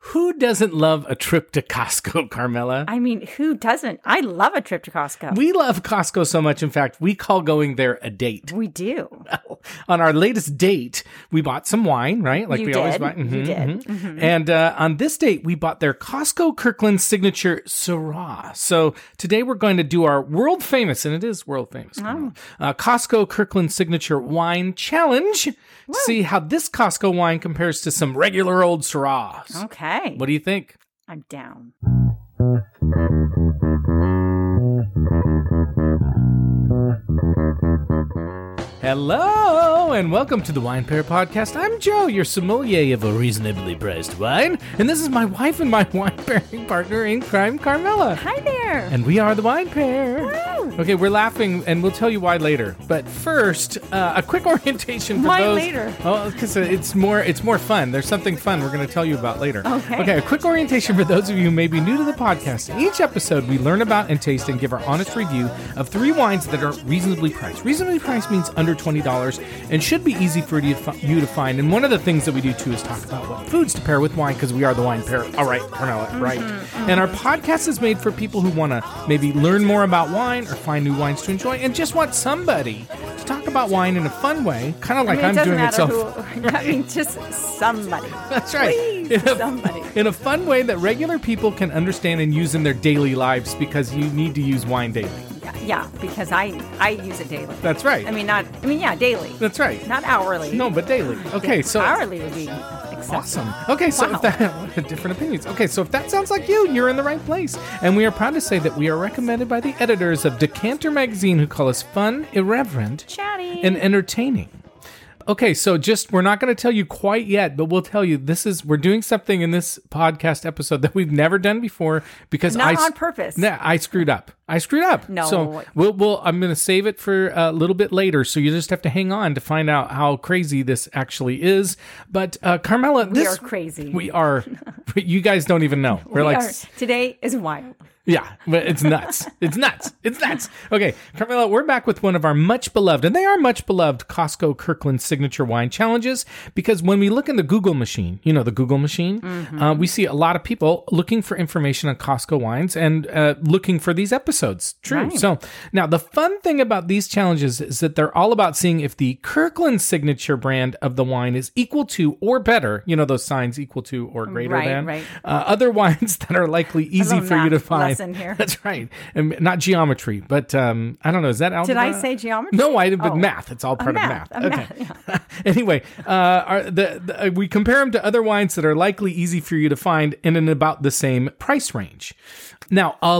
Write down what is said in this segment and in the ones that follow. Who doesn't love a trip to Costco, Carmela? I mean, who doesn't? I love a trip to Costco. we love Costco so much. In fact, we call going there a date. We do. on our latest date, we bought some wine, right? Like You we always did. buy. Mm-hmm, You did. Mm-hmm. And uh, on this date, we bought their Costco Kirkland signature Syrah. So today we're going to do our world famous, and it is world Oh. famous, uh, Costco Kirkland signature wine challenge. To see how this Costco wine compares to some regular old Syrahs. Okay. What do you think? I'm down. Hello, and welcome to the Wine Pair Podcast. I'm Joe, your sommelier of a reasonably priced wine, and this is my wife and my wine pairing partner in crime, Carmela. Hi there. And we are the Wine Pair. Woo! Okay, we're laughing, and we'll tell you why later. But first, uh, a quick orientation for Why those. later? Oh, because it's more it's more fun. There's something fun we're going to tell you about later. Okay. Okay. A quick orientation for those of you who may be new to the podcast. Each episode, we learn about and taste and give our honest review of three wines that are reasonably priced. Reasonably priced means under twenty dollars and should be easy for you to, fi- you to find. And one of the things that we do too is talk about what foods to pair with wine because we are the wine pair. All right, Carmela, right? And our podcast is made for people who want to maybe learn more about wine or find new wines to enjoy, and just want somebody to talk about wine in a fun way, kind of I like mean, it I'm doesn't doing matter itself. who. I mean, just somebody. That's right. Please, in, a, somebody. in a fun way that regular people can understand and use in their daily lives because you need to use wine daily. Yeah, yeah, because I I use it daily. That's right. I mean, not. I mean, yeah, daily. That's right. Not hourly. No, but daily. Okay, so hourly would be acceptable. awesome. Okay, so Wow. if that different opinions. Okay, so if that sounds like you, you're in the right place. And we are proud to say that we are recommended by the editors of Decanter magazine who call us fun, irreverent, Chatty. and entertaining. Okay, so just we're not going to tell you quite yet, but we'll tell you this is we're doing something in this podcast episode that we've never done before because Not I s- on purpose. No, I screwed up. I screwed up. No. So we'll, we'll I'm going to save it for a little bit later, so you just have to hang on to find out how crazy this actually is. But uh Carmela, we this are crazy. we are you guys don't even know. We're We like are- today is wild. yeah, but it's nuts. It's nuts. It's nuts. Okay, Carmela, we're back with one of our much beloved, and they are much beloved Costco Kirkland signature wine challenges because when we look in the Google machine, you know, the Google machine, Mm-hmm. uh, we see a lot of people looking for information on Costco wines and uh, looking for these episodes. True. So now the fun thing about these challenges is that they're all about seeing if the Kirkland signature brand of the wine is equal to or better, you know, those signs equal to or greater Right, than right. Uh, other wines that are likely easy little for you to math find. lesson here. That's right. And not geometry, but um, I don't know. Is that Did algebra? I say geometry? No, I didn't. But Oh. math. It's all part math, of a math. Okay. anyway, uh, are the, the, uh, we compare them to other wines that are likely easy for you to find and in about the same price range. Now, a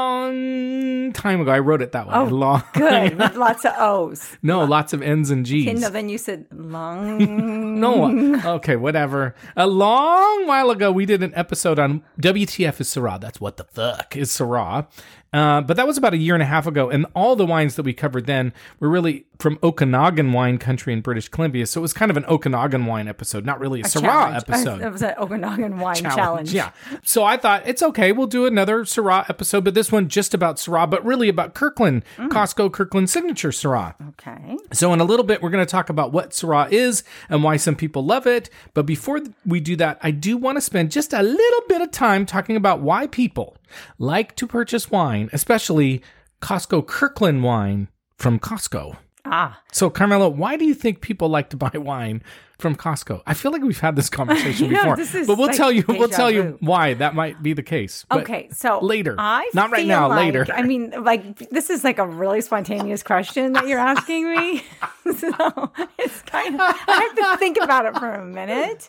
long time ago, I wrote it that way. Oh, long. Good. with lots of O's. No, lots of N's and G's. And no, then you said long. No, okay, whatever. A long while ago, we did an episode on WTF is Syrah. That's what the fuck is Syrah. Uh, but that was about a year and a half ago, and all the wines that we covered then were really from Okanagan wine country in British Columbia. So it was kind of an Okanagan wine episode, not really a, Syrah challenge. episode It was an Okanagan wine challenge. challenge. Yeah. So I thought it's okay. We'll do another Syrah episode, but this one just about Syrah, but really about Kirkland, Costco Kirkland signature Syrah. Okay. So, in a little bit, we're going to talk about what Syrah is and why some people love it. But before th- we do that, I do want to spend just a little bit of time talking about why people like to purchase wine, especially Costco Kirkland wine from Costco. Ah, So, Carmela, why do you think people like to buy wine from Costco? I feel like we've had this conversation know, before, this is but we'll like tell you. We'll deja tell you vu. why that might be the case. But okay. So later, I not right feel now. like- later. I mean, like this is like a really spontaneous question that you're asking me. so it's kind of I have to think about it for a minute.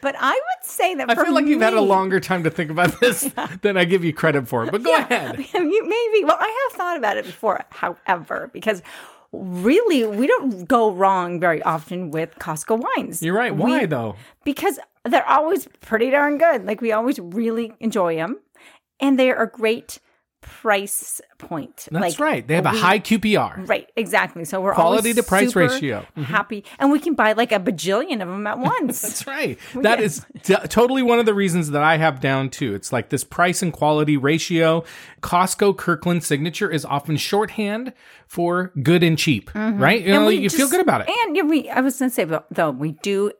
But I would say that I for feel like you've had a me- longer time to think about this than I give you credit for. But go ahead. You- maybe. Well, I have thought about it before, however, because really we don't go wrong very often with Costco wines. You're right. We- Why though? because they're always pretty darn good. Like we always really enjoy them, and they are a great price point. That's Like, Mm. right. They have a high QPR. Right, exactly. So we're Quality always to price super ratio. Mm-hmm. Happy, and we can buy like a bajillion of them at once. That's right. That is t- totally one of the reasons that I have down too. It's like this price and quality ratio. Costco Kirkland signature is often shorthand for good and cheap, right? You know, Mm-hmm. We you feel just- good about it. And yeah, we, I was going to say, but though we do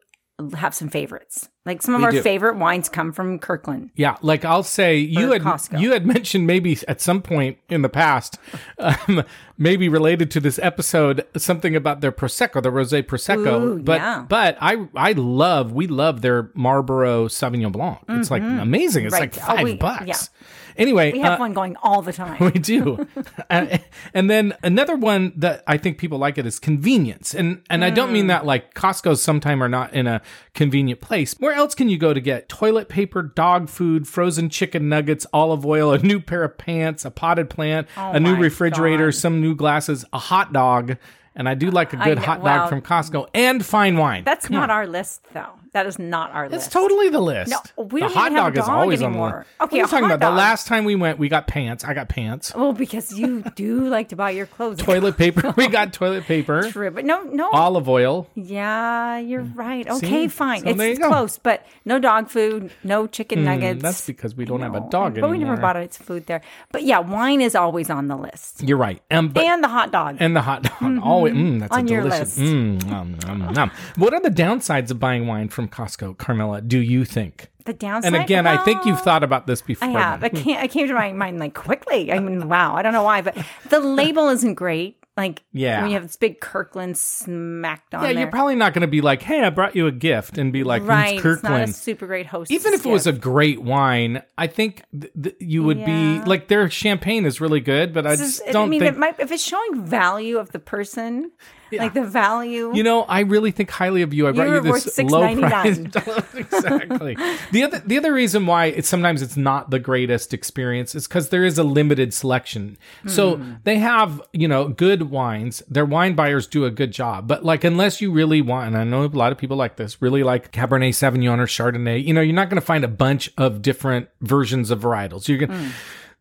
have some favorites. Like some of They our do. favorite wines come from Kirkland. Yeah, like I'll say, you Or had Costco. you had mentioned maybe at some point in the past, um, maybe related to this episode, something about their prosecco, the rosé prosecco. Ooh, but yeah. but I I love we love their Marlboro Sauvignon Blanc. It's like amazing. It's like Right. Oh, five we- bucks. yeah. Anyway, We have uh, one going all the time. we do. Uh, and then another one that I think people like it is convenience. And and I don't Mm. mean that like Costco's sometime or not in a convenient place. Where else can you go to get toilet paper, dog food, frozen chicken nuggets, olive oil, a new pair of pants, a potted plant, a new Oh my refrigerator, God. some new glasses, a hot dog. And I do like a good know- hot dog wow. from Costco and fine wine. That's not our list, though. That is not our That's list. totally the list. No, we the don't hot even have dog a is dog always on the anymore. list. Okay, what are you a talking hot about? The dog. last time we went, we got pants. I got pants. well, because you do like to buy your clothes. toilet paper. We got toilet paper, True, but no, no. olive oil. yeah, you're right. Okay, fine. Mm. So there you it's go. Hmm, close, but no dog food, no chicken nuggets. That's because we don't have a No, dog But anymore. we never bought its food there. But yeah, wine is always on the list, You're right. Um, but, and, and the hot dog. the hot dog. Always. Mm, that's On a your delicious. list. Mm, nom, nom, nom. What are the downsides of buying wine from Costco, Carmela? Do you think? the downside. And again, I think you've Hmm. well, thought about this before. I have. I can't. I came to my mind like quickly. I mean, wow. I don't know why, but the label isn't great. Like, Yeah. when you have this big Kirkland smacked on Yeah, there. you're probably not going to be like, "Hey, I brought you a gift," and be like, right. "It's It's not a Kirkland." super great host. Even if it was a great wine, I think th- th- you would Yeah. be like, "Their champagne is really good," but I This just is- don't I mean, think it might, if it's showing value of the person, like the value. You know, I really think highly of you. I brought you were this worth low price. $6.99. exactly. the other the other reason why it's sometimes it's not the greatest experience is because there is a limited selection. So they have you know good wines. Their wine buyers do a good job, but like unless you really want, and I know a lot of people like this, really like Cabernet Sauvignon or Chardonnay. You know, you're not going to find a bunch of different versions of varietals. You're gonna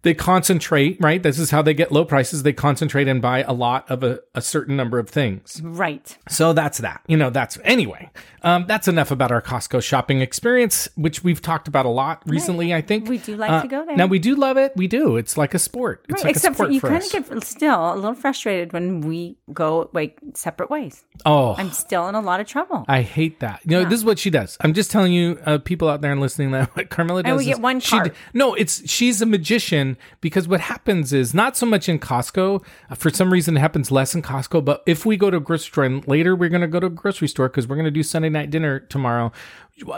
they concentrate, right? This is how they get low prices. They concentrate and buy a lot of a, a certain number of things. right. So that's that. You know, that's anyway. Um, that's enough about our Costco shopping experience, which we've talked about a lot recently. I think Uh, We do like to go there. Now we do love it. We do. It's like a sport. It's like Except a sport for you kind us. of get still a little frustrated when we go like separate ways. oh, i I'm still in a lot of trouble. hate that. You know, this is what she does. I'm just telling you, uh, people out there and listening, that what Carmela does. we get is one she card. no, it's she's a magician because what happens is not so much in Costco. uh, For some reason, it happens less in Costco. But if we go to a grocery store and later we're going to go to a grocery store because we're going to do Sunday night dinner tomorrow,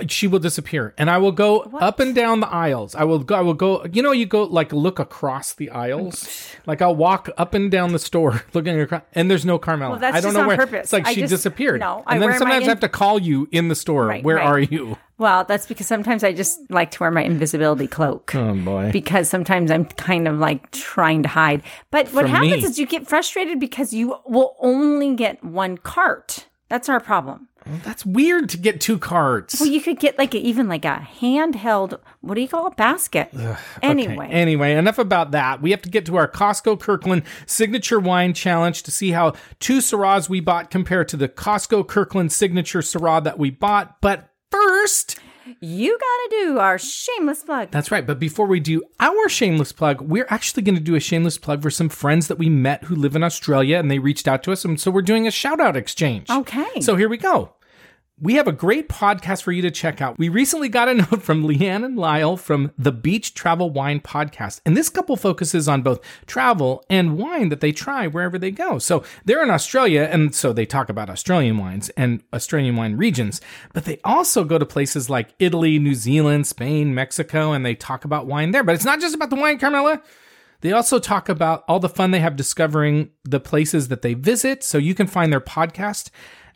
she will disappear, and I will go up and down the aisles. I will go. I will go. You know, you go like look across the aisles. like I'll walk up and down the store looking across, and there's no Carmela. Well, that's I don't just know on where. purpose. It's like I she just- disappeared. no, I and then wear my sometimes I in- have to call you in the store. Right, where right. are you? Well, that's because sometimes I just like to wear my invisibility cloak. Oh boy. Because sometimes I'm kind of like trying to hide. But what From happens me. is you get frustrated because you will only get one cart. That's our problem. That's weird to get two cards. Well, you could get like a, even like a handheld, what do you call a basket? anyway. Anyway, enough about that. We have to get to our Costco Kirkland Signature Wine Challenge to see how two Syrahs we bought compare to the Costco Kirkland Signature Syrah that we bought. But first, you got to do our shameless plug. that's right. But before we do our shameless plug, we're actually going to do a shameless plug for some friends that we met who live in Australia and they reached out to us. And so we're doing a shout out exchange. okay. So here we go. We have a great podcast for you to check out. We recently got a note from Leanne and Lyle from the Beach Travel Wine Podcast. And this couple focuses on both travel and wine that they try wherever they go. So they're in Australia, and so they talk about Australian wines and Australian wine regions. But they also go to places like Italy, New Zealand, Spain, Mexico, and they talk about wine there. But it's not just about the wine, Carmela. They also talk about all the fun they have discovering the places that they visit. So you can find their podcast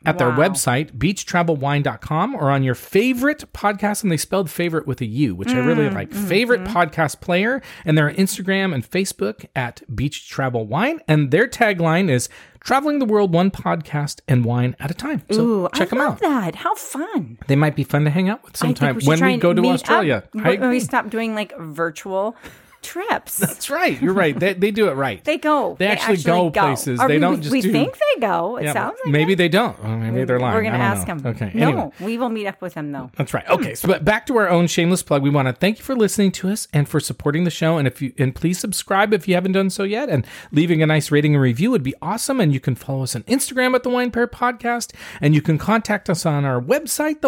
at their website, beachtravelwine.com, or on your favorite podcast. And they spelled favorite with a U, which I Mm, really like. mm-hmm. Favorite podcast player. And they're on Instagram and Facebook at Beach Travel Wine. And their tagline is traveling the world one podcast and wine at a time. So Ooh, check I them love out. that. How fun. They might be fun to hang out with I think sometime should when try we and go to meet up Australia. I When we agree. stop doing like virtual trips. That's right. You're right. They, they do it right. They go. They actually go places. Or They we- don't we, just We do- think they go. It Yeah, sounds like maybe it. they don't. Or maybe they're lying. We're gonna I don't ask know. them. Okay. No, Anyway. we will meet up with them though. That's right. Okay, so but back to our own shameless plug. We want to thank you for listening to us and for supporting the show. And if you and please subscribe if you haven't done so yet, and leaving a nice rating and review would be awesome. And you can follow us on Instagram at the Wine Pair Podcast, and you can contact us on our website,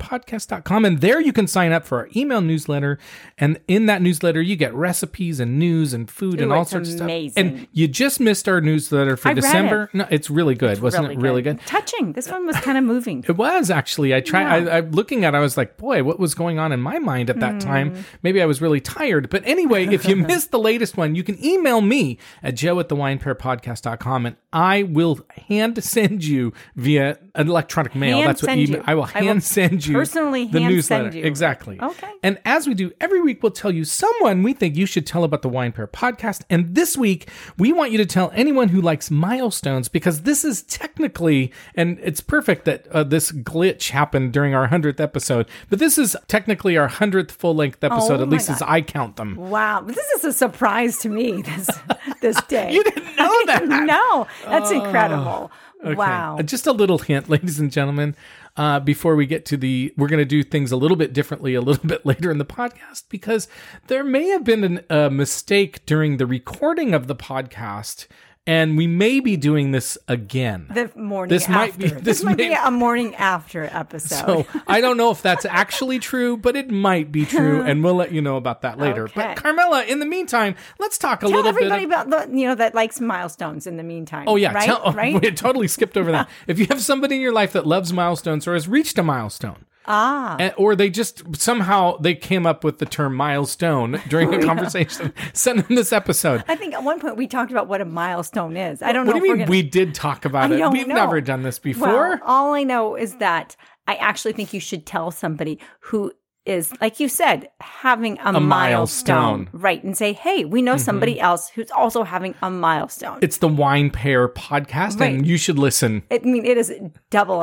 thewinepairpodcast.com. And there you can sign up for our email newsletter. And in that newsletter, you get recipes and news and food and Ooh, all it's sorts of stuff. amazing. And you just missed our newsletter for I read it. December. No, it's really good. Wasn't it really good? Touching. This one was kind of moving. It was actually. I try. I, I looking at. it, I was like, boy, what was going on in my mind at that Hmm. time? Maybe I was really tired. But anyway, if you missed the latest one, you can email me at joe at the winepairpodcast.com and I will hand send you via an electronic mail. Hand That's what send email. you. I will I will hand send you personally the hand newsletter. send you. Exactly. Okay. And as we do every week, we'll tell you someone we think you should tell about the Wine Pair podcast. And this week, we want you to tell anyone who likes milestones because this is technically, and it's perfect that uh, this glitch happened during our 100th episode, but this is technically our 100th full length episode, Oh at my least as God. I count them. Wow, this is a surprise to me. This this day. You didn't know that. no, that's incredible. Wow. Uh, Just a little hint, ladies and gentlemen, uh, before we get to the, we're going to do things a little bit differently a little bit later in the podcast because there may have been an, a mistake during the recording of the podcast, and we may be doing this again. The morning This after. might be- this, this might be may- a morning after episode. so I don't know if that's actually true, but it might be true, and we'll let you know about that later. But Okay. Carmela, in the meantime, let's talk a Tell little bit. everybody of- about the you know that likes milestones in the meantime. Oh yeah, right, tell, oh, right. we totally skipped over that. If you have somebody in your life that loves milestones or has reached a milestone, ah, or they just somehow they came up with the term milestone during a conversation, send them this episode. I think at one point we talked about what a milestone is. I don't What do know. you mean if we did talk about I it? don't We've know. never done this we're gonna- before. Well, all I know is that I actually think you should tell somebody who is, like you said, having a, milestone. milestone. right? And say, hey, we Mm-hmm. know somebody else who's also having a milestone. it's the Wine Pair podcast, Right. and you should listen. I mean, it is double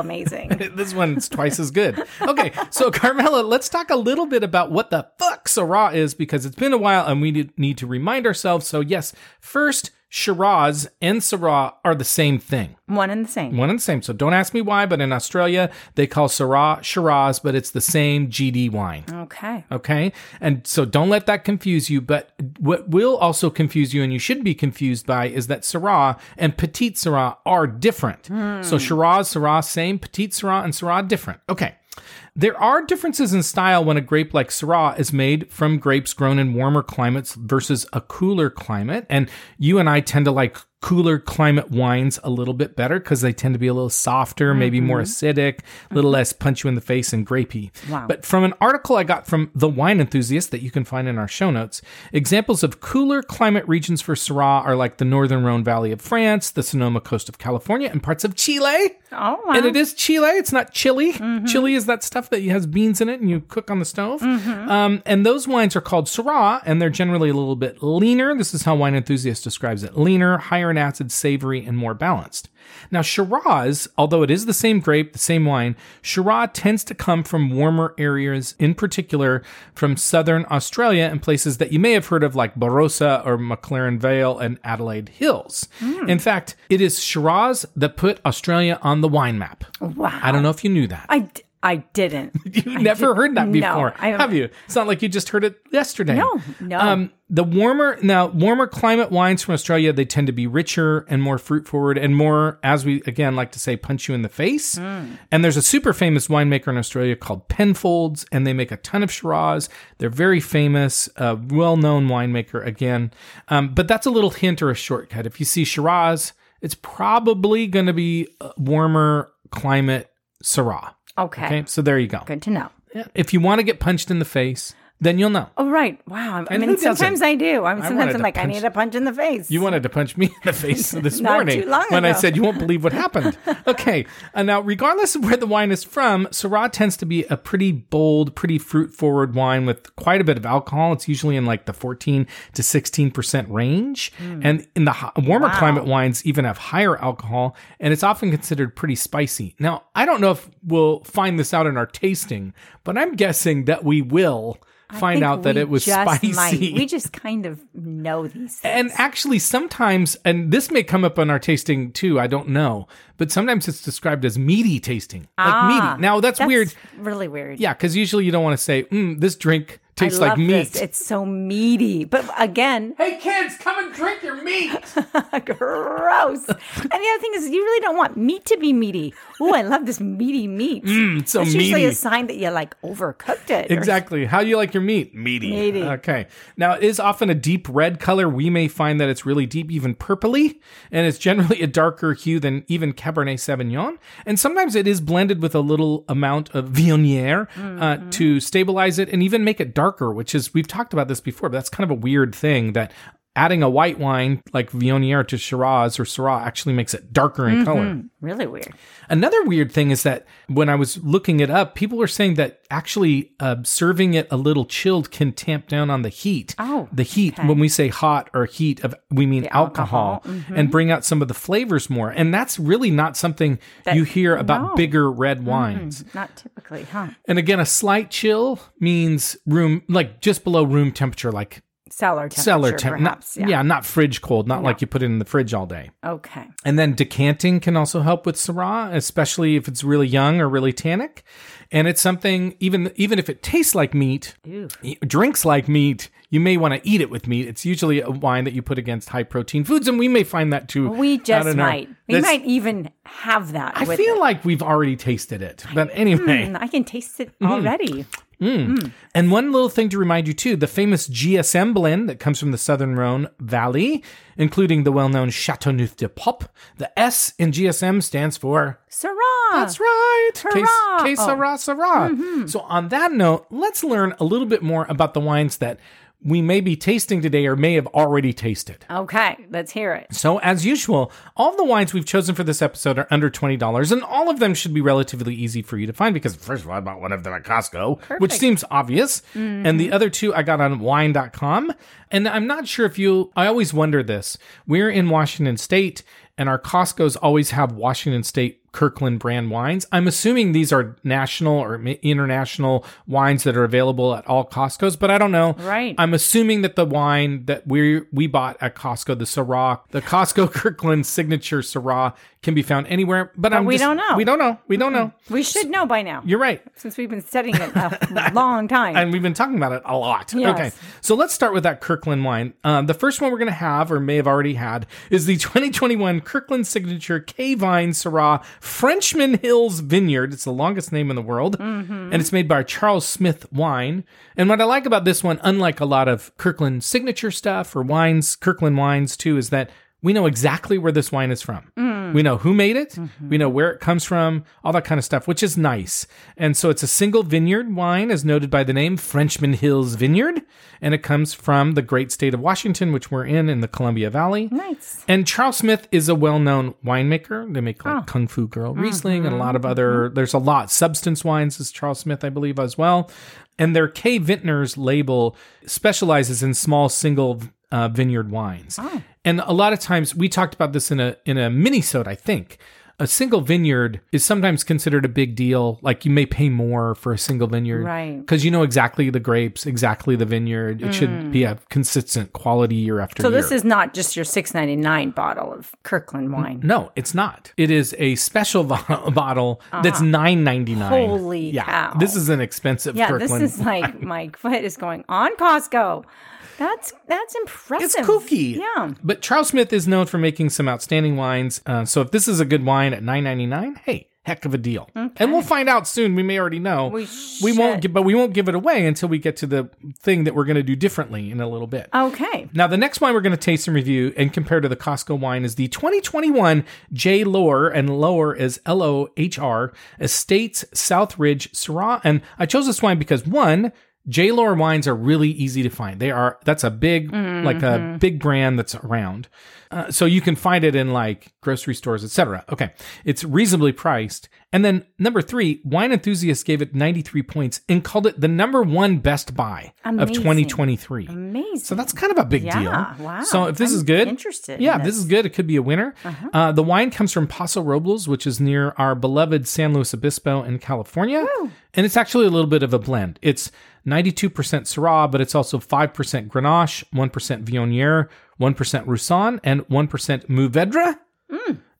amazing. this one's twice as good. Okay, so Carmela, let's talk a little bit about what the fuck Syrah is because it's been a while and we need- need to remind ourselves. So, yes, first, Shiraz and Syrah are the same thing, One and the same. one and the same. So, don't ask me why, but in Australia, they call Syrah Shiraz, but it's the same GD wine. Okay. Okay. And so don't let that confuse you. But what will also confuse you and you should be confused by is that Syrah and Petite Syrah are different. So Shiraz, Syrah, same. Petite Syrah and Syrah, different. Okay. There are differences in style when a grape like Syrah is made from grapes grown in warmer climates versus a cooler climate. And you and I tend to like cooler climate wines a little bit better because they tend to be a little softer, maybe more acidic, a little less punch you in the face and grapey. Wow. But from an article I got from The Wine Enthusiast that you can find in our show notes, examples of cooler climate regions for Syrah are like the northern Rhone Valley of France, the Sonoma coast of California, and parts of Chile. Oh, wow. Mm-hmm. And it is Chile. It's not chili. Chili is that stuff that has beans in it and you cook on the stove. Mm-hmm. Um, and those wines are called Syrah, and they're generally a little bit leaner. This is how Wine Enthusiast describes it leaner, higher in acid, savory, and more balanced. Now, Shiraz, although it is the same grape, the same wine, Shiraz tends to come from warmer areas, in particular from southern Australia and places that you may have heard of, like Barossa or McLaren Vale and Adelaide Hills. In fact, it is Shiraz that put Australia on the wine map. wow. I don't know if you knew that. I, d- I didn't. You've never heard that no, before, I don't- have you? It's not like you just heard it yesterday. No, no. Um, the warmer now warmer climate wines from Australia they tend to be richer and more fruit forward and more as we again like to say punch you in the face. Hmm. And there's a super famous winemaker in Australia called Penfolds and they make a ton of Shiraz. They're very famous, uh, well-known winemaker again. Um, but that's a little hint or a shortcut. If you see Shiraz, it's probably going to be uh, warmer climate Syrah. Okay. Okay, so there you go. Good to know. Yeah. If you want to get punched in the face, then you'll know. Oh, right. Wow. I- who I mean, doesn't? sometimes I do. I mean, wanted sometimes I'm to like, I punch- need a punch in the face. You wanted to punch me in the face this Not morning too long when I ago. said you won't believe what happened. Okay. Uh, now, regardless of where the wine is from, Syrah tends to be a pretty bold, pretty fruit forward wine with quite a bit of alcohol. It's usually in like the 14 to 16% range. Hmm. And in the ho- warmer climate wines, even have higher alcohol. And it's often considered pretty spicy. Now, I don't know if we'll find this out in our tasting, but I'm guessing that we will. find think out that we it was just spicy. might. We just kind of know these things. And actually, sometimes, and this may come up on our tasting too, I don't know, but sometimes it's described as meaty tasting. Like Ah, meaty. Now, that's, weird. Really weird. Yeah, because usually you don't want to say, mm, this drink I tastes like love meat. this. It's so meaty. But again, hey, kids, come and drink your meat. gross. and the other thing is, you really don't want meat to be meaty. Oh, I love this meaty meat. Mm, it's so It's usually meaty. a sign that you like overcooked it. or Exactly. How you like your meat? Meaty. Meaty. Okay. Now it is often a deep red color. We may find that it's really deep, even purpley, and it's generally a darker hue than even Cabernet Sauvignon. And sometimes it is blended with a little amount of Viognier uh, to stabilize it and even make it darker. Which is we've talked about this before, but that's kind of a weird thing that. Adding a white wine like Viognier to Shiraz or Syrah actually makes it darker in color. Really weird. Another weird thing is that when I was looking it up, people were saying that actually uh, serving it a little chilled can tamp down on the heat. Oh, the heat. When we say hot or heat, of we mean alcohol, mm-hmm. and bring out some of the flavors more. And that's really not something you hear about no. Mm. bigger red wines. Not typically, huh? And again, a slight chill means room, like just below room temperature, like Cellar temperature, cellar temp. not- perhaps. yeah. yeah, not fridge cold, not like you put it in the fridge all day. Okay. And then decanting can also help with Syrah, especially if it's really young or really tannic. And it's something even even if it tastes like meat, Ooh. drinks like meat, you may want to eat it with meat. It's usually a wine that you put against high protein foods, and we may find that too. We just don't know. might. We That's- might even have that. I with feel it. like we've already tasted it, but anyway. Mm, I can taste it Mm-hmm. already. And one little thing to remind you too, the famous GSM blend that comes from the Southern Rhone Valley, including the well-known Chateauneuf de Pop. The S in GSM stands for Syrah. That's right. Hurrah. Que, que sera, sera. So, on that note, let's learn a little bit more about the wines that we may be tasting today or may have already tasted. Okay, let's hear it. So, as usual, all the wines we've chosen for this episode are under $20, and all of them should be relatively easy for you to find because, first of all, I bought one of them at Costco, which seems obvious. And the other two I got on wine.com. And I'm not sure if you, I always wonder this. We're in Washington State, and our Costco's always have Washington State Kirkland brand wines. I'm assuming these are national or mi- international wines that are available at all Costco's, but I don't know. Right. I'm assuming that the wine that we we bought at Costco, the Syrah, the Costco Kirkland signature Syrah, can be found anywhere. But, I'm we just- don't know. We don't know. We don't know. We should know by now, You're right. since we've been studying it a long time. And we've been talking about it a lot. Yes. Okay. So let's start with that Kirkland wine. Um, the first one we're going to have, or may have already had, is the 2021 Kirkland Signature K Vine Syrah Frenchman Hills Vineyard. It's the longest name in the world. And it's made by Charles Smith Wine. And what I like about this one, unlike a lot of Kirkland Signature stuff or wines, Kirkland wines too, is that we know exactly where this wine is from. We know who made it. We know where it comes from, all that kind of stuff, which is nice. And so it's a single vineyard wine, as noted by the name Frenchman Hills Vineyard. And it comes from the great state of Washington, which we're in, in the Columbia Valley. nice. And Charles Smith is a well-known winemaker. They make like Oh. Kung Fu Girl Mm-hmm, Riesling and a lot of other. There's a lot. Substance Wines is Charles Smith, I believe, as well. And their K Vintners label specializes in small single uh, vineyard wines. Oh. And a lot of times we talked about this in a in a minisode, I think. A single vineyard is sometimes considered a big deal. Like you may pay more for a single vineyard, Right. Because you know exactly the grapes, exactly the vineyard. It should be a consistent quality year after Mm. So year. this is not just your six ninety nine bottle of Kirkland wine. No, it's not. It is a special vo- bottle that's nine ninety nine. Ah. Holy yeah! cow. This is an expensive yeah, Kirkland. this is like my foot is going on Costco. That's that's impressive. it's kooky. Yeah. But Charles Smith is known for making some outstanding wines. Uh, so if this is a good wine at nine ninety nine, hey, heck of a deal. And we'll find out soon. We may already know. We we won't, should. gi- but we won't give it away until we get to the thing that we're going to do differently in a little bit. Okay. Now, the next wine we're going to taste and review and compare to the Costco wine is the 2021 J. Lohr, and Lohr is L O H R, Estates Southridge Syrah. And I chose this wine because one, J. Lohr wines are really easy to find. They are, that's a big, like a big brand that's around. Uh, so you can find it in like grocery stores, etc. Okay. It's reasonably priced. And then number three, Wine Enthusiast gave it 93 points and called it the number one best buy of Amazing. 2023. Amazing. So that's kind of a big Yeah, deal. wow. So if this I'm is good, interested Yeah, in if Uh-huh. this is good, it could be a winner. uh the wine comes from Paso Robles, which is near our beloved San Luis Obispo in California, and it's actually a little bit of a blend. It's 92% Syrah, but it's also 5% Grenache, 1% Viognier, 1% Roussan, and 1% Mouvedre.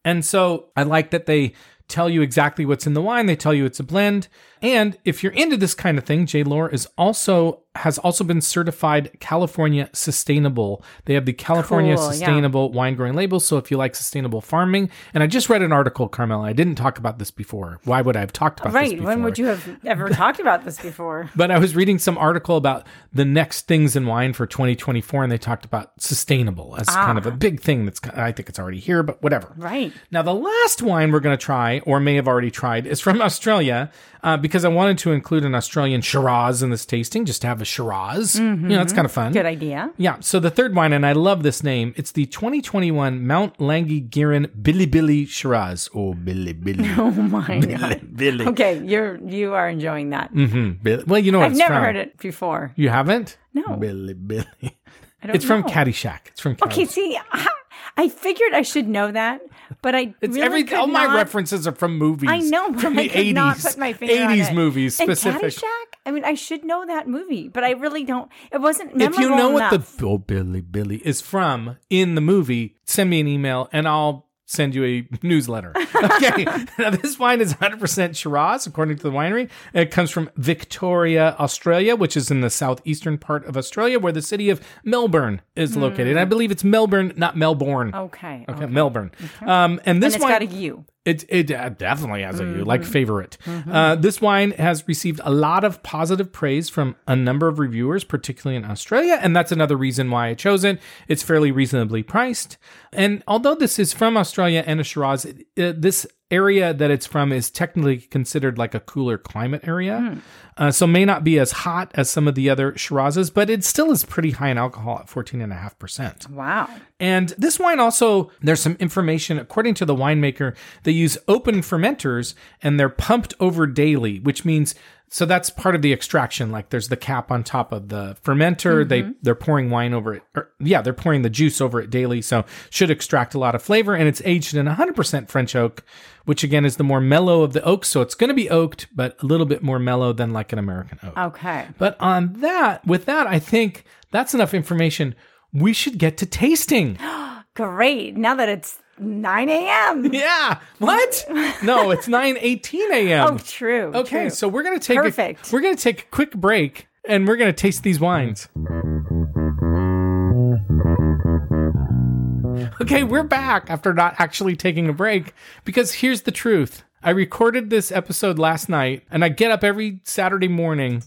And so I like that they tell you exactly what's in the wine. They tell you it's a blend. And if you're into this kind of thing, J Lore is also has also been certified California sustainable. They have the California Cool, yeah. sustainable wine growing label. So if you like sustainable farming, and I just read an article, Carmela. I didn't talk about this before. Why would I have talked about this right. before? When would you have ever talked about this before? But I was reading some article about the next things in wine for 2024, and they talked about sustainable as Ah. kind of a big thing. That's I think it's already here, but whatever. Right. Now, the last wine we're going to try, or may have already tried, is from Australia uh, because I wanted to include an Australian Shiraz in this tasting, just to have a Shiraz. You Mm-hmm. know, it's kind of fun. Good idea. Yeah. So the third wine, and I love this name, it's the 2021 Mount Langi Girin Billy Billy Shiraz. Oh, Billy Billy. Oh my god. Billy. Okay, you're you are enjoying that. Mhm, Billy. Well, you know what I've it's never from. heard it before. You haven't? No. Billy Billy. I don't It's from know. Caddyshack. It's from Caddyshack. Okay, see, I figured I should know that, but I It's really every could all my not- references are from movies. I know, but from I the could not put my finger on 80s it. movies And specifically. Caddyshack. I mean, I should know that movie, but I really don't. It wasn't memorable if you know what enough. the oh Billy Billy is from in the movie, send me an email and I'll send you a newsletter. Okay. now this wine is 100% Shiraz according to the winery. It comes from Victoria, Australia, which is in the southeastern part of Australia where the city of Melbourne is located. I believe it's Melbourne, not Melbourne. okay, Hmm. Oh, okay. Okay, Melbourne. Um, and and this it's wine got a U. It it uh, definitely has a you like favorite. Uh, this wine has received a lot of positive praise from a number of reviewers, particularly in Australia, and that's another reason why I chose it. It's fairly reasonably priced, and although this is from Australia and a Shiraz, it, uh, this area that it's from is technically considered like a cooler climate area, uh, so may not be as hot as some of the other Shirazes, but it still is pretty high in alcohol at fourteen and a half percent. Wow. And this wine also, there's some information according to the winemaker, they use open fermenters and they're pumped over daily, which means so that's part of the extraction. Like there's the cap on top of the fermenter. They they're pouring wine over it. Or, yeah, they're pouring the juice over it daily, so should extract a lot of flavor. And it's aged in 100% French oak, which again is the more mellow of the oaks. So it's going to be oaked, but a little bit more mellow than like an American oak. Okay. But on that, with that, I think that's enough information. We should get to tasting. Great. Now that it's 9 a.m. Yeah. What? No, it's 9:18 a.m. Oh, true. okay, true. so we're going to take Perfect. A, we're going to take a quick break and we're going to taste these wines. Okay, we're back after not actually taking a break because here's the truth. I recorded this episode last night and I get up every Saturday morning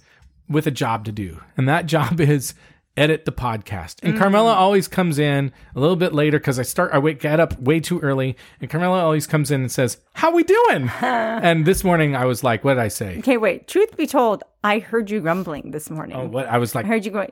with a job to do. And that job is edit the podcast. And Carmela always comes in a little bit later because I start I wake get up way too early. And Carmela always comes in and says, How we doing? and this morning I was like, what did I say? okay, wait. Truth be told, I heard you grumbling this morning. What I was like I heard you going.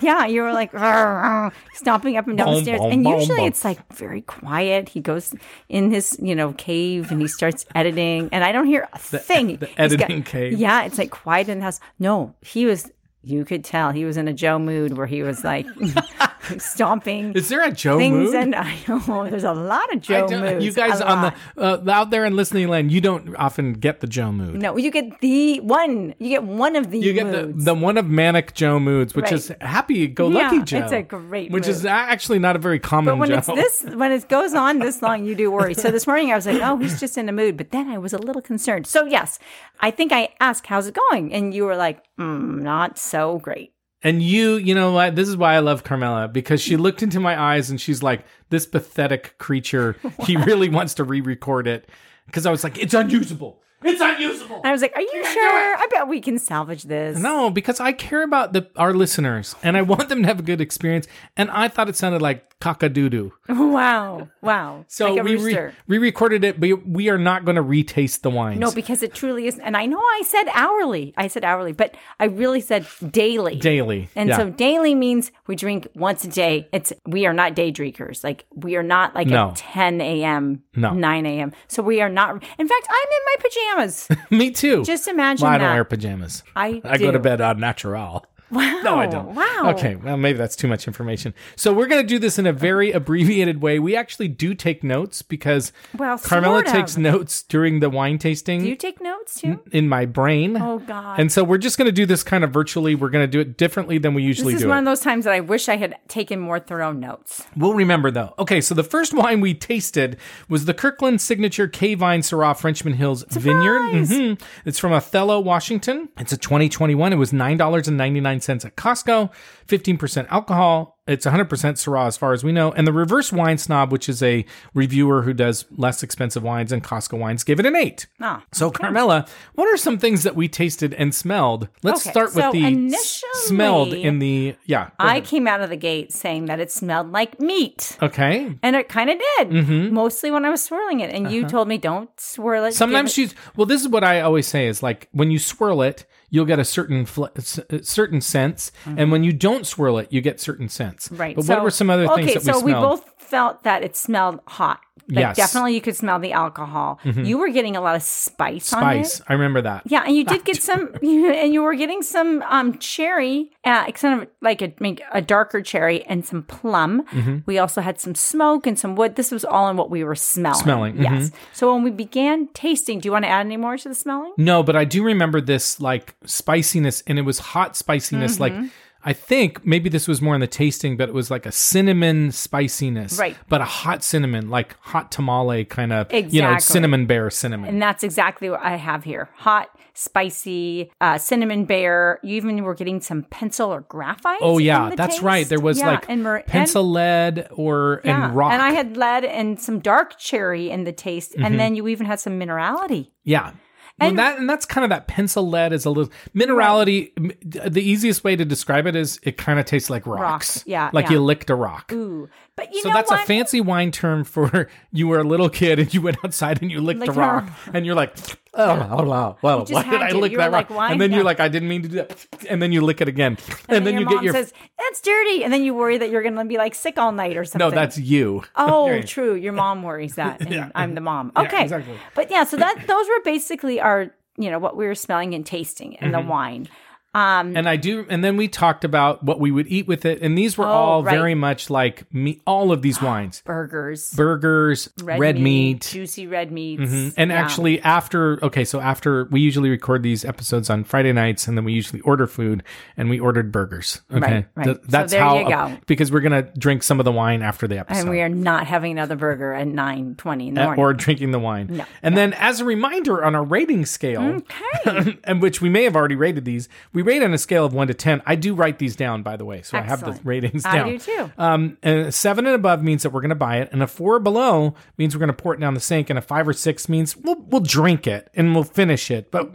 Yeah, you were like "Rrr, rrr," stomping up and down Boom, the stairs. boom, and boom, usually boom. it's like very quiet. He goes in his, you know, cave and he starts editing and I don't hear a thing. the He's got- editing cave. Yeah, it's like quiet in the house. No, he was you could tell he was in a Joe mood where he was like stomping Is there a Joe things mood? and I know there's a lot of Joe don't- moods. You guys a on lot. the uh, out there in listening land, you don't often get the Joe mood. No, you get the one. You get one of the You get the, moods. the one of manic Joe moods, which is happy go lucky Yeah, Joe. it's a great which is mood. a- actually not a very common But when Joe. it's this, when it goes on this long, you do worry. So this morning I was like, oh, he's just in a mood. But then I was a little concerned. So yes, I think I asked, how's it going? And you were like, mm, not so great. And you, you know what? This is why I love Carmela because she looked into my eyes and she's like, this pathetic creature. He really wants to re record it. Because I was like, it's unusable. It's unusable. And I was like, "Are you, sure? I bet we can salvage this." No, because I care about the our listeners and I want them to have a good experience. And I thought it sounded like cock-a-doodoo. Wow, wow. So like a we rooster. re- we recorded it, but we are not going to retaste the wines. no, because it truly is. And I know I said hourly. I said hourly, but I really said daily. daily. And yeah. so daily means we drink once a day. It's we are not day drinkers. Like we are not like No. at 10 a.m., No. 9 a.m. So we are not. In fact, I'm in my pajamas. me too. Just imagine well, I that. don't wear pajamas. I I go do. to bed on natural. Wow. No, I don't. Wow. Okay. Well, maybe that's too much information. So we're going to do this in a very abbreviated way. We actually do take notes because Well, Carmela sort of. takes notes during the wine tasting Do you take notes too? in my brain. Oh God. And so we're just going to do this kind of virtually. We're going to do it differently than we usually this is do. one it. of those times that I wish I had taken more thorough notes. We'll remember though. Okay, so the first wine we tasted was the Kirkland Signature K Vine Syrah Frenchman Hills Vineyard. Mhm. It's from Othello, Washington. It's a 2021. It was $9.99 at Costco, 15% alcohol. It's 100% Syrah as far as we know. And the Reverse Wine Snob, which is a reviewer who does less expensive wines and Costco wines, gave it an 8. Ah. So, Carmela, what are some things that we tasted and smelled? Let's Okay, start with so the s- smelled initially, in the yeah. go I ahead. came out of the gate saying that it smelled like meat. okay. And it kind of did, Mm-hmm. mostly when I was swirling it. And you told me don't swirl it. Uh-huh. Sometimes give she's well. This is what I always say is like when you swirl it, you'll get a certain fl- s- uh, certain sense, and when you don't swirl it, you get certain sense. it- Mm-hmm. right. But so- what were some other things Okay, that so we smelled? both felt that it smelled hot. Like Yes. Mm-hmm. definitely, you could smell the alcohol. You were getting a lot of spice, on it. spice. I remember that. Yeah, and you did get some, and you were getting some um cherry, uh, kind of like a make a darker cherry and some plum. Mm-hmm. We also had some smoke and some wood. This was all in what we were smelling. Smelling, Mm-hmm. yes. So when we began tasting, do you want to add any more to the smelling? No, but I do remember this like spiciness, and it was hot spiciness. Mm-hmm. Like I think maybe this was more in the tasting, but it was like a cinnamon spiciness, Right. But a hot cinnamon, like hot tamale kind of, you know, Exactly. cinnamon bear cinnamon. And that's exactly what I have here: hot, spicy, uh, cinnamon bear. You even were getting some pencil or graphite. Oh in yeah, the that's taste. right. There was Yeah, like and, mer- and- pencil lead or yeah, and rock. I had lead and some dark cherry in the taste, Mm-hmm. and then you even had some minerality. Yeah. And that and that's kind of that pencil lead is a little minerality. m- The easiest way to describe it is it kind of tastes like rocks. Rocks, yeah, like yeah. you licked a rock. Ooh, but you so know that's what? a fancy wine term for you were a little kid and you went outside and you licked Like, a rock and you're like, oh, oh, wow, well, just why did had I to. lick You were that like, rock? why? and then Yeah. you're like, I didn't mean to do that. And then you lick it again, and, then you mom get your says that's dirty, and then you worry that you're going to be like sick all night or something. no, that's you. oh, Okay. true. Your mom worries that, and I'm the mom. Okay, exactly. but yeah, so that those were basically our you know what we were smelling and tasting Mm-hmm. in the wine. Um, And I do, and then we talked about what we would eat with it, and these were all Oh, right. very much like me. All of these wines, burgers, burgers, red, meat, Mm-hmm. juicy red meats, and yeah. actually after okay, so after we usually record these episodes on Friday nights, and then we usually order food, and we ordered burgers. Okay, Right, right. Th- So that's there how you go. because we're gonna drink some of the wine after the episode. and we are not having another burger at nine twenty in the morning. or drinking the wine. and then, as a reminder, on our rating scale, and which we may have already rated these, we rate on a scale of one to ten. I do write these down, by the way, so I have the Excellent. ratings I down. do too. Um, and a seven and above means that we're going to buy it, and a four below means we're going to pour it down the sink, and a five or six means we'll we'll drink it and we'll finish it, but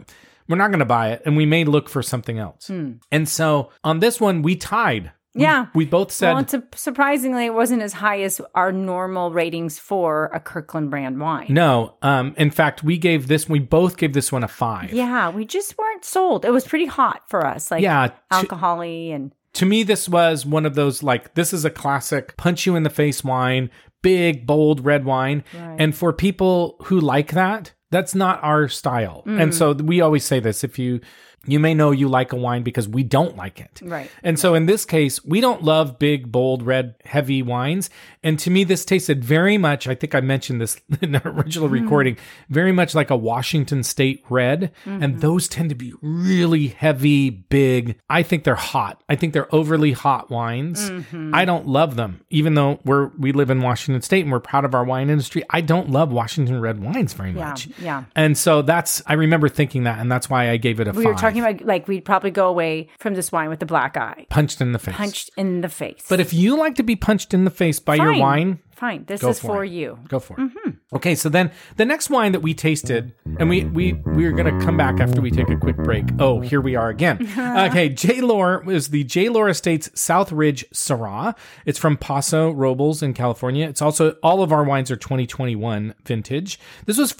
we're not going to buy it, and we may look for something else. And so on this one, we tied. We- Hmm. Yeah. we, both said well, it's a, surprisingly, it wasn't as high as our normal ratings for a Kirkland brand wine. no. Um, in fact, we gave this. We both gave this one a five. Yeah, we just weren't sold. It was pretty hot for us, like Yeah, t- alcoholy and to me this was one of those like this is a classic punch you in the face wine big bold red wine and for people who like that that's not our style and so we always say this if you you may know you like a wine because we don't like it Right. and so in this case we don't love big bold red heavy wines and to me this tasted very much i think i mentioned this in the original Mm-hmm. recording very much like a washington state red Mm-hmm. and those tend to be really heavy big i think they're hot i think they're overly hot wines Mm-hmm. i don't love them even though we're we live in washington state and we're proud of our wine industry i don't love washington red wines very much yeah. and so that's i remember thinking that and that's why i gave it a we five were talking about like we'd probably go away from this wine with the black eye, punched in the face punched in the face. but if you like to be punched in the face by your Fine. wine fine, this Go is for for it. you. Go for it. Okay, so then the next wine that we tasted, and we we we are going to come back after we take a quick break. Oh, here we are again. okay, J. Lore is the J. Lore Estates South Ridge Syrah. It's from Paso Robles in California. It's also all of our wines are 2021 vintage. This was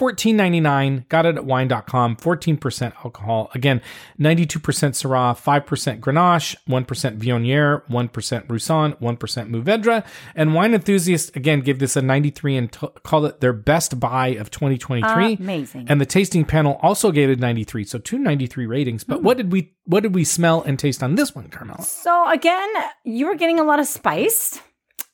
14.99. Got it at wine.com. 14% alcohol. Again, 92% Syrah, 5% Grenache, 1% Viognier, 1% Roussan, 1% Mouvedre. And wine enthusiasts again gave this a 93 and t- called it their best buy of 2023. Amazing. And the tasting panel also gave it 93, so two 93 ratings. Hmm. But what did we what did we smell and taste on this one, Carmela? So again, you were getting a lot of spice,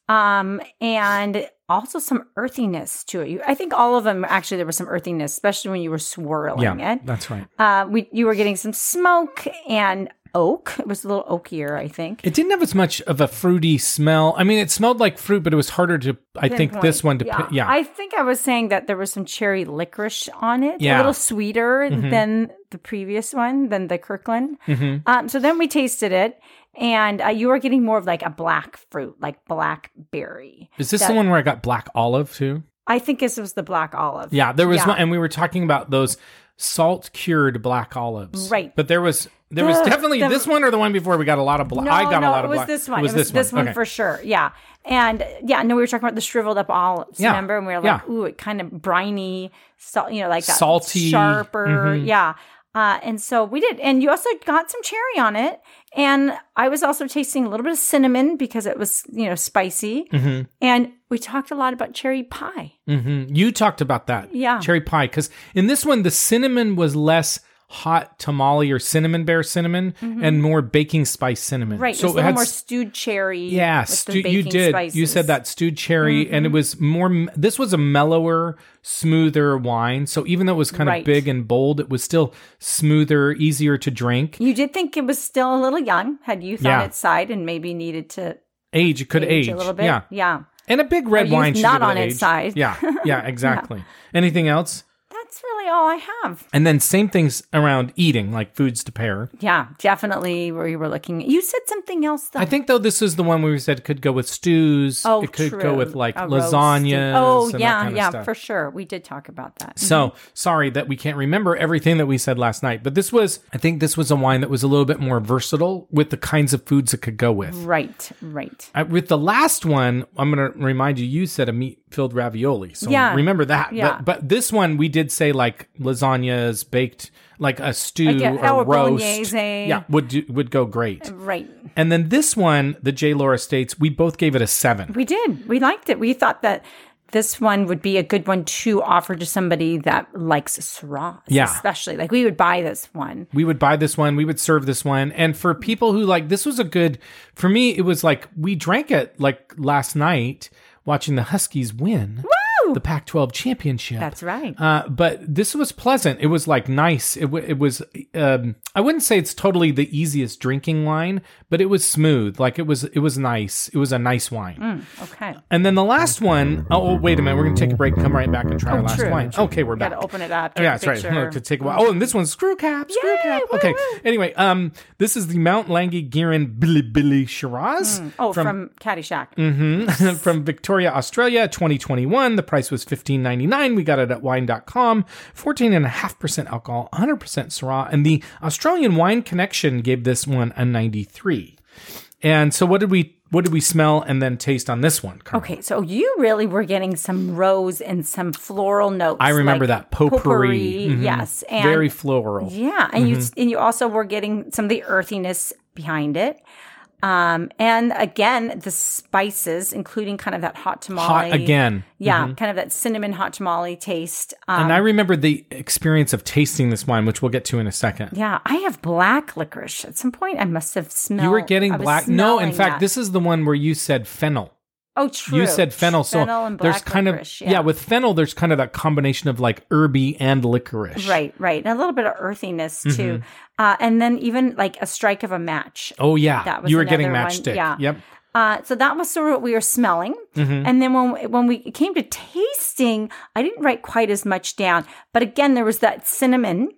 um, and also some earthiness to it. You, I think all of them actually there was some earthiness, especially when you were swirling it. that's right. Uh, we you were getting some smoke and oak. It was a little oakier, I think. It didn't have as much of a fruity smell. I mean, it smelled like fruit, but it was harder to. I think this one to. Yeah, yeah. I think I was saying that there was some cherry licorice on it, Yeah. Mm-hmm. a little sweeter than the previous one, than the Kirkland. Um, so then we tasted it, and uh, you were getting more of like a black fruit, like blackberry. Is this the one where I got black olive too? I think this was the black olive. Yeah, there was Yeah. one, and we were talking about those salt cured black olives, Right. But there was there was The- definitely the- this one or the one before we got a lot of black. I got a no, lot it of was black. this one. It was, this, one, Okay. for sure. Yeah, and uh, yeah, no, we were talking about the shriveled up olives. Yeah. Remember, and we were like, ooh, it kind of briny, salt, you know, like that Salty. Mm-hmm. sharper. Yeah. Uh, and so we did, and you also got some cherry on it, and I was also tasting a little bit of cinnamon because it was, you know, spicy. Mm-hmm. And we talked a lot about cherry pie. Mhm. You talked about that. Yeah. Cherry pie. Because in this one, the cinnamon was less hot tamale or cinnamon bear cinnamon and more baking spice cinnamon. Mm-hmm. Right, it was a So it little had more s- stewed cherry. Yeah, with the stu- you baking did. You spices. Mm-hmm. said that stewed cherry, and it was more. m- This was a mellower, smoother wine. So even though it was kind of Right. big and bold, it was still smoother, easier to drink. You did think it was still a little young, had youth Yeah. on its side, and maybe needed to Age, it could age, age, a little bit. Yeah, and a big red youth wine. should not be able to on its age. side. Yeah, yeah, exactly. Anything else? That's really all I have. And then same things around eating, like foods to pair. Yeah, definitely where you were looking. You said something else though. I think though this is the one where we said could go with stews. oh, it could true. go with like A roast. lasagnas. Oh, and that yeah, kind of yeah, stuff. for sure. We did talk about that. So sorry that we can't remember everything that we said last night, but this was, I think this was a wine that was a little bit more versatile with the kinds of foods it could go with. Right, right. I, with the last one, I'm going to remind you, you said a meat filled ravioli. So Yeah. remember that. Yeah. But, but this one, we did say like lasagnas, baked, like a stew Like a- um, or or roast. bolognese. Yeah, would, do, would go great. Right. And then this one, the J. Laura States, we both gave it a seven. We did. We liked it. We thought that this one would be a good one to offer to somebody that likes Syrah, Yeah. especially. Like we would buy this one. we would buy this one we would serve this one and for people who like this was a good for me it was like we drank it like last night watching the huskies win the pac 12 championship That's right. uh, but this was pleasant. It was like nice. It, w- it was, um, I wouldn't say it's totally the easiest drinking wine, but it was smooth. Like it was, it was nice. It was a nice wine. Mm. okay. And then the last one, oh, oh, wait a minute. We're going to take a break, come right back and try our last Oh, true, wine. Okay, we're back. Gotta open it up. Yeah, Yeah, that's right. Look, could take a while. Oh, and this one's screw cap, screw cap. Okay. Anyway, um, this is the Mount Langi Girin Billy Billy Shiraz Oh, from, Caddyshack. Mm. Hmm. from, from Victoria, Australia, 2021. The price was 15.99. We got it at wine.com. 14.5% alcohol, 100% Syrah, and the Australian Wine Connection gave this one a 93. And so, what did we what did we smell and then taste on this one? Carmen? Okay, so you really were getting some rose and some floral notes. I remember that, potpourri. Mhm. Yes, and Very Mm-hmm. floral. yeah, and you and you also were getting some of the earthiness behind it. Um, and again, the spices, including kind of that hot tamale. Hot again. Mm-hmm. Yeah, kind of that cinnamon hot tamale taste. Um, And I remember the experience of tasting this wine, which we'll get to in a second. yeah, I have black licorice. At some point, I must have smelled. You were getting I was black. No, in smelling fact, that. this is the one where you said fennel. Oh, true. You said fennel, so Fennel and there's black kind licorice, of yeah. With fennel, there's kind of that combination of like herby and licorice. Right, right. And a little bit of earthiness too. Mm-hmm. Uh, and then even like a strike of a match. Oh yeah. That was you were getting another one, matchstick. yeah. Yep. Uh, so that was sort of what we were smelling. Mm-hmm. And then when when we it came to tasting, I didn't write quite as much down. But again, there was that cinnamon,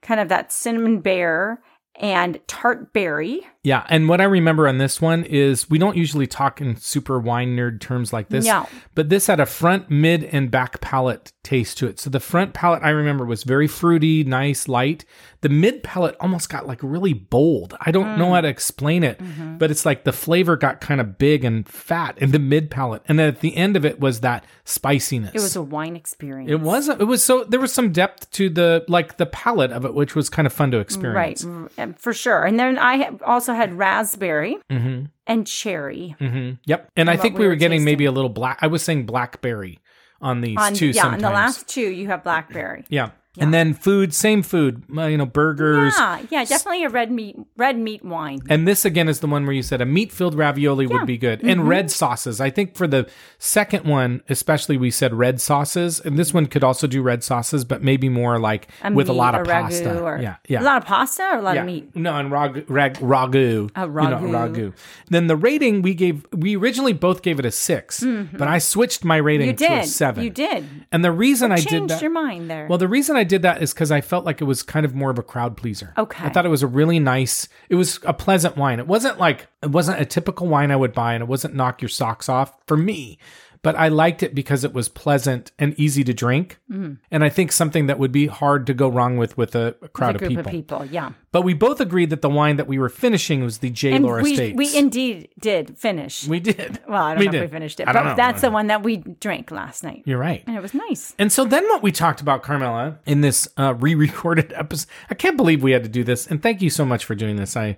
kind of that cinnamon bear and tart berry. Yeah, and what I remember on this one is we don't usually talk in super wine nerd terms like this. No. But this had a front, mid, and back palate taste to it. So the front palate I remember was very fruity, nice, light. The mid palate almost got like really bold. I don't Mm. know how to explain it, Mm-hmm. but it's like the flavor got kind of big and fat in the mid palate. And then at the end of it was that spiciness. It was a wine experience. It wasn't. It was so there was some depth to the like the palate of it, which was kind of fun to experience. Right, r- um, for sure. And then I ha- also had raspberry Mm-hmm. and cherry. hmm Yep. And I think we we were were getting maybe a little black. I was saying blackberry on these On, too. yeah, sometimes. and the last two, you have blackberry. yeah. And then food, same food. uh, You know, burgers. Yeah, Ah, yeah, definitely a red meat, red meat wine. And this again is the one where you said a meat filled ravioli would be good. Mm-hmm. And red sauces. I think for the second one, especially we said red sauces. And this one could also do red sauces, but maybe more like with a meat, lot of ragu pasta. or- yeah. Yeah. A lot of pasta or a lot Yeah. of meat. No, and rag, rag, ragu. A You know, ragu. ragu. Then the rating we gave, we originally both gave it a 6 but I switched my rating Mm-hmm. You to a did. seven. You did. And the reason I did Changed that. your mind there. well, the reason I did that is because I felt like it was kind of more of a crowd pleaser. Okay. I thought it was a really nice, it was a pleasant wine. It wasn't like, it wasn't a typical wine I would buy and it wasn't knock your socks off for me, but I liked it because it was pleasant and easy to drink. And I think something that would be hard to go wrong with with a, a crowd Mm. a of group people. of people, yeah. But we both agreed that the wine that we were finishing was the J. And Laura we, States. we indeed did finish. We did. well, I don't we know did. if we finished it, I but don't know. that's the one that we drank last night. You're right. And it was nice. And so then what we talked about, Carmela, in this uh, re-recorded episode. I can't believe we had to do this. And thank you so much for doing this. I,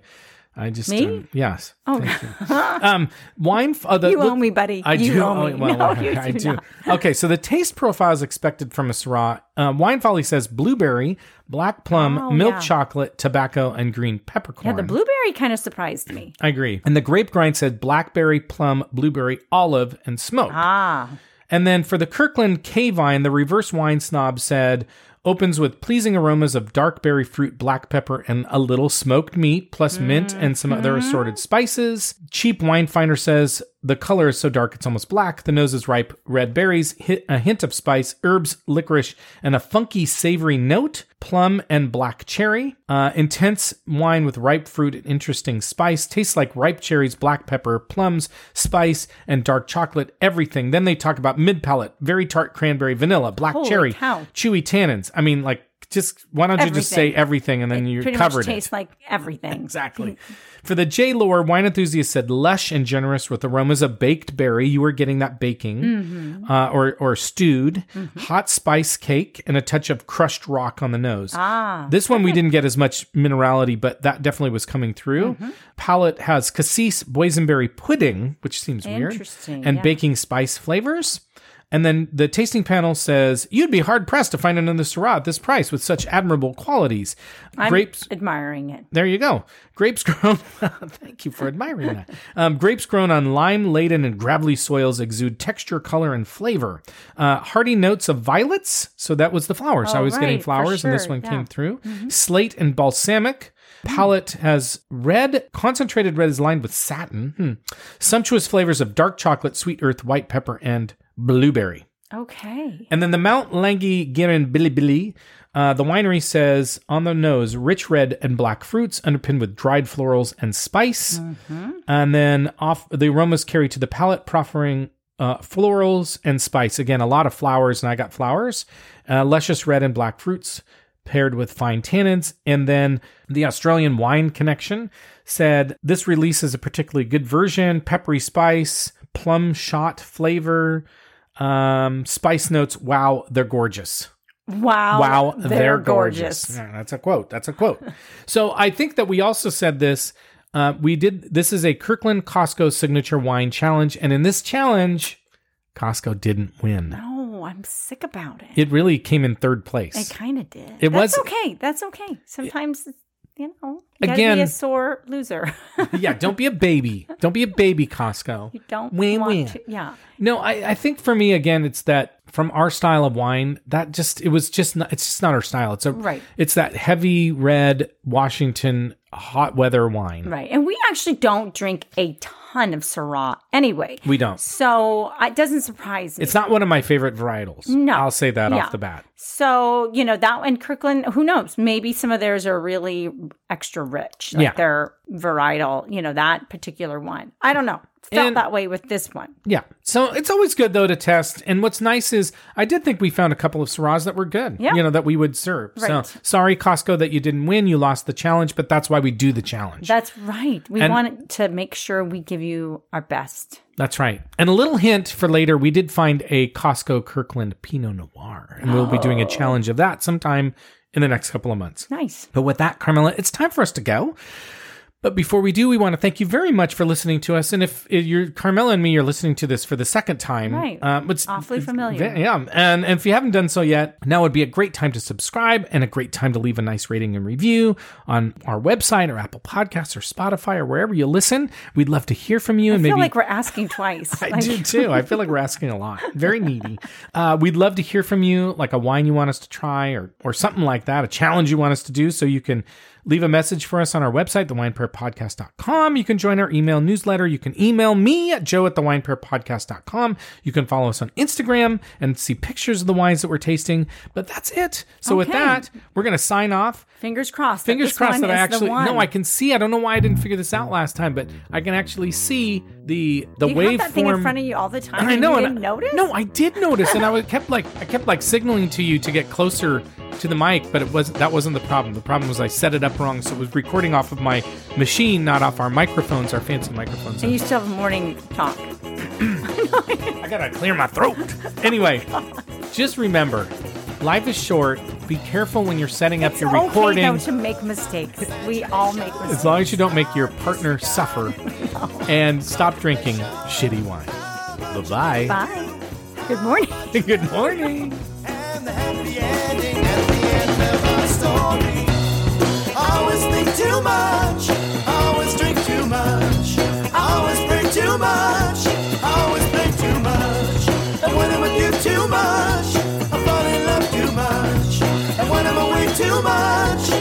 I just Me? um, yes. Oh, Um, wine. f- Uh, the, You look- owe me, buddy. I You do. owe owe me. it- well, No, you I do do. not. Okay, so the taste profiles expected from a Syrah. Um, Wine Folly says blueberry, black plum, milk Oh, yeah. chocolate, tobacco, and green peppercorn. the blueberry kind of surprised me. I agree. And the grape grind said blackberry, plum, blueberry, olive, and smoke. Ah, And then for the Kirkland K Vine, the reverse wine snob said opens with pleasing aromas of dark berry fruit, black pepper, and a little smoked meat, plus mint and some other assorted spices. Cheap Wine Finder says the color is so dark it's almost black. The nose is ripe, red berries, hit a hint of spice, herbs, licorice, and a funky savory note. Plum and black cherry. Uh, intense wine with ripe fruit and interesting spice. Tastes like ripe cherries, black pepper, plums, spice, and dark chocolate. Everything. Then they talk about mid palate, very tart cranberry, vanilla, black Holy cherry, cow. chewy tannins. I mean, like, just why don't you just say everything Everything. and then you're pretty covered much it. tastes like everything. Exactly. For the J lore, wine enthusiast said lush and generous with aromas of baked berry. You were getting that baking, Mm-hmm. uh, or or stewed, hot spice cake, and a touch of crushed rock on the nose. Ah, this one we didn't get as much minerality, but that definitely was coming through. Mm-hmm. Palette has cassis boysenberry pudding, which seems Interesting, weird, and yeah. baking spice flavors. And then the tasting panel says you'd be hard pressed to find another Syrah at this price with such admirable qualities. I'm Grapes. admiring it. There you go. Grapes grown. Thank you for admiring that. Um, grapes grown on lime laden and gravelly soils exude texture, color, and flavor. Uh, hearty notes of violets. So that was the flowers. I was Oh, right, getting for flowers, and this sure, one yeah. Mm-hmm. came through. Slate and balsamic. Palette has red, concentrated red is lined with satin. Hmm. Sumptuous flavors of dark chocolate, sweet earth, white pepper, and blueberry. Okay. And then the Mount Langi Girin Bilibili, uh, the winery says on the nose, rich red and black fruits underpinned with dried florals and spice. And then off the aromas carry to the palate, proffering uh, florals and spice. Again, a lot of flowers, and I got flowers, uh, luscious red and black fruits paired with fine tannins. And then the Australian Wine Connection said this release is a particularly good version, peppery spice, plum shot flavor. Um, spice notes. Wow, they're gorgeous. Wow. Wow, Oh, they're, gorgeous. Yeah, that's a quote. That's a quote. so I think that we also said this. Uh, we did. This is a Kirkland Costco signature wine challenge, and in this challenge, Costco didn't win. Oh, I'm sick about it. It really came in third place. I kind of did. It was- That's okay. That's okay. Sometimes, you know, you gotta Again- be a sore loser. yeah, don't be a baby. Don't be a baby, Costco. you don't Win, want win. to. Yeah. No, I, I think for me again, it's that from our style of wine that just it was just not, it's just not our style. It's a Right. It's that heavy red Washington hot weather wine. Right. And we actually don't drink a ton of Syrah anyway. We don't. So it doesn't surprise me. It's not one of my favorite varietals. No. I'll say that Yeah. off the bat. So, you know, that and Kirkland, who knows? Maybe some of theirs are really extra rich. Like Yeah. they're varietal, you know, that particular one. I don't know. Felt And- that way with this one. Yeah. So it's always good though to test. And what's nice is I did think we found a couple of Syrahs that were good. Yeah. You know, that we would serve. So Right. sorry, Costco, that you didn't win. You lost the challenge, but that's why we do the challenge. That's right. We And- want to make sure we give you our best. that's right. And a little hint for later, we did find a Costco Kirkland Pinot Noir. And we'll be doing Oh. a challenge of that sometime in the next couple of months. Nice. But with that, Carmela, it's time for us to go. But before we do, we want to thank you very much for listening to us. And if if you're Carmela and me, you're listening to this for the second time. Right. Um, it's Awfully it's familiar. ve- yeah. um, And, and if you haven't done so yet, now would be a great time to subscribe and a great time to leave a nice rating and review on our website or Apple Podcasts or Spotify or wherever you listen. We'd love to hear from you. and I maybe feel like we're asking twice. I Like, do too. I feel like we're asking a lot. Very needy. Uh, we'd love to hear from you, like a wine you want us to try or or something like that, a challenge you want us to do. So you can leave a message for us on our website, thewinepairpodcast.com. You can join our email newsletter. You can email me at joe at thewinepairpodcast.com. You can follow us on Instagram and see pictures of the wines that we're tasting. But that's it. So with Okay. that, we're going to sign off. fingers crossed. Fingers this crossed one that I is the actually one. no, I can see. I don't know why I didn't figure this out last time, but I can actually see the the You waveform. have that thing in front of you all the time. I and know. You and didn't I- notice? No, I did notice, and I was- kept like I kept like signaling to you to get closer to the mic, but it was that wasn't the problem. The problem was I set it up wrong, so it was recording off of my machine, not off our microphones, our fancy microphones. And you still have a morning talk. I gotta clear my throat. Anyway, just remember, life is short. Be careful when you're setting up It's your okay, recording. though, to make mistakes. We all make mistakes. as long as you don't make your partner suffer, and stop drinking shitty wine. Bye-bye. Bye. Good morning. Good morning. and the happy ending at the end of our story. Always think too much, always drink too much, always pray too much, always play too much. And when I'm with you too much, I fall in love too much. And when I'm away too much,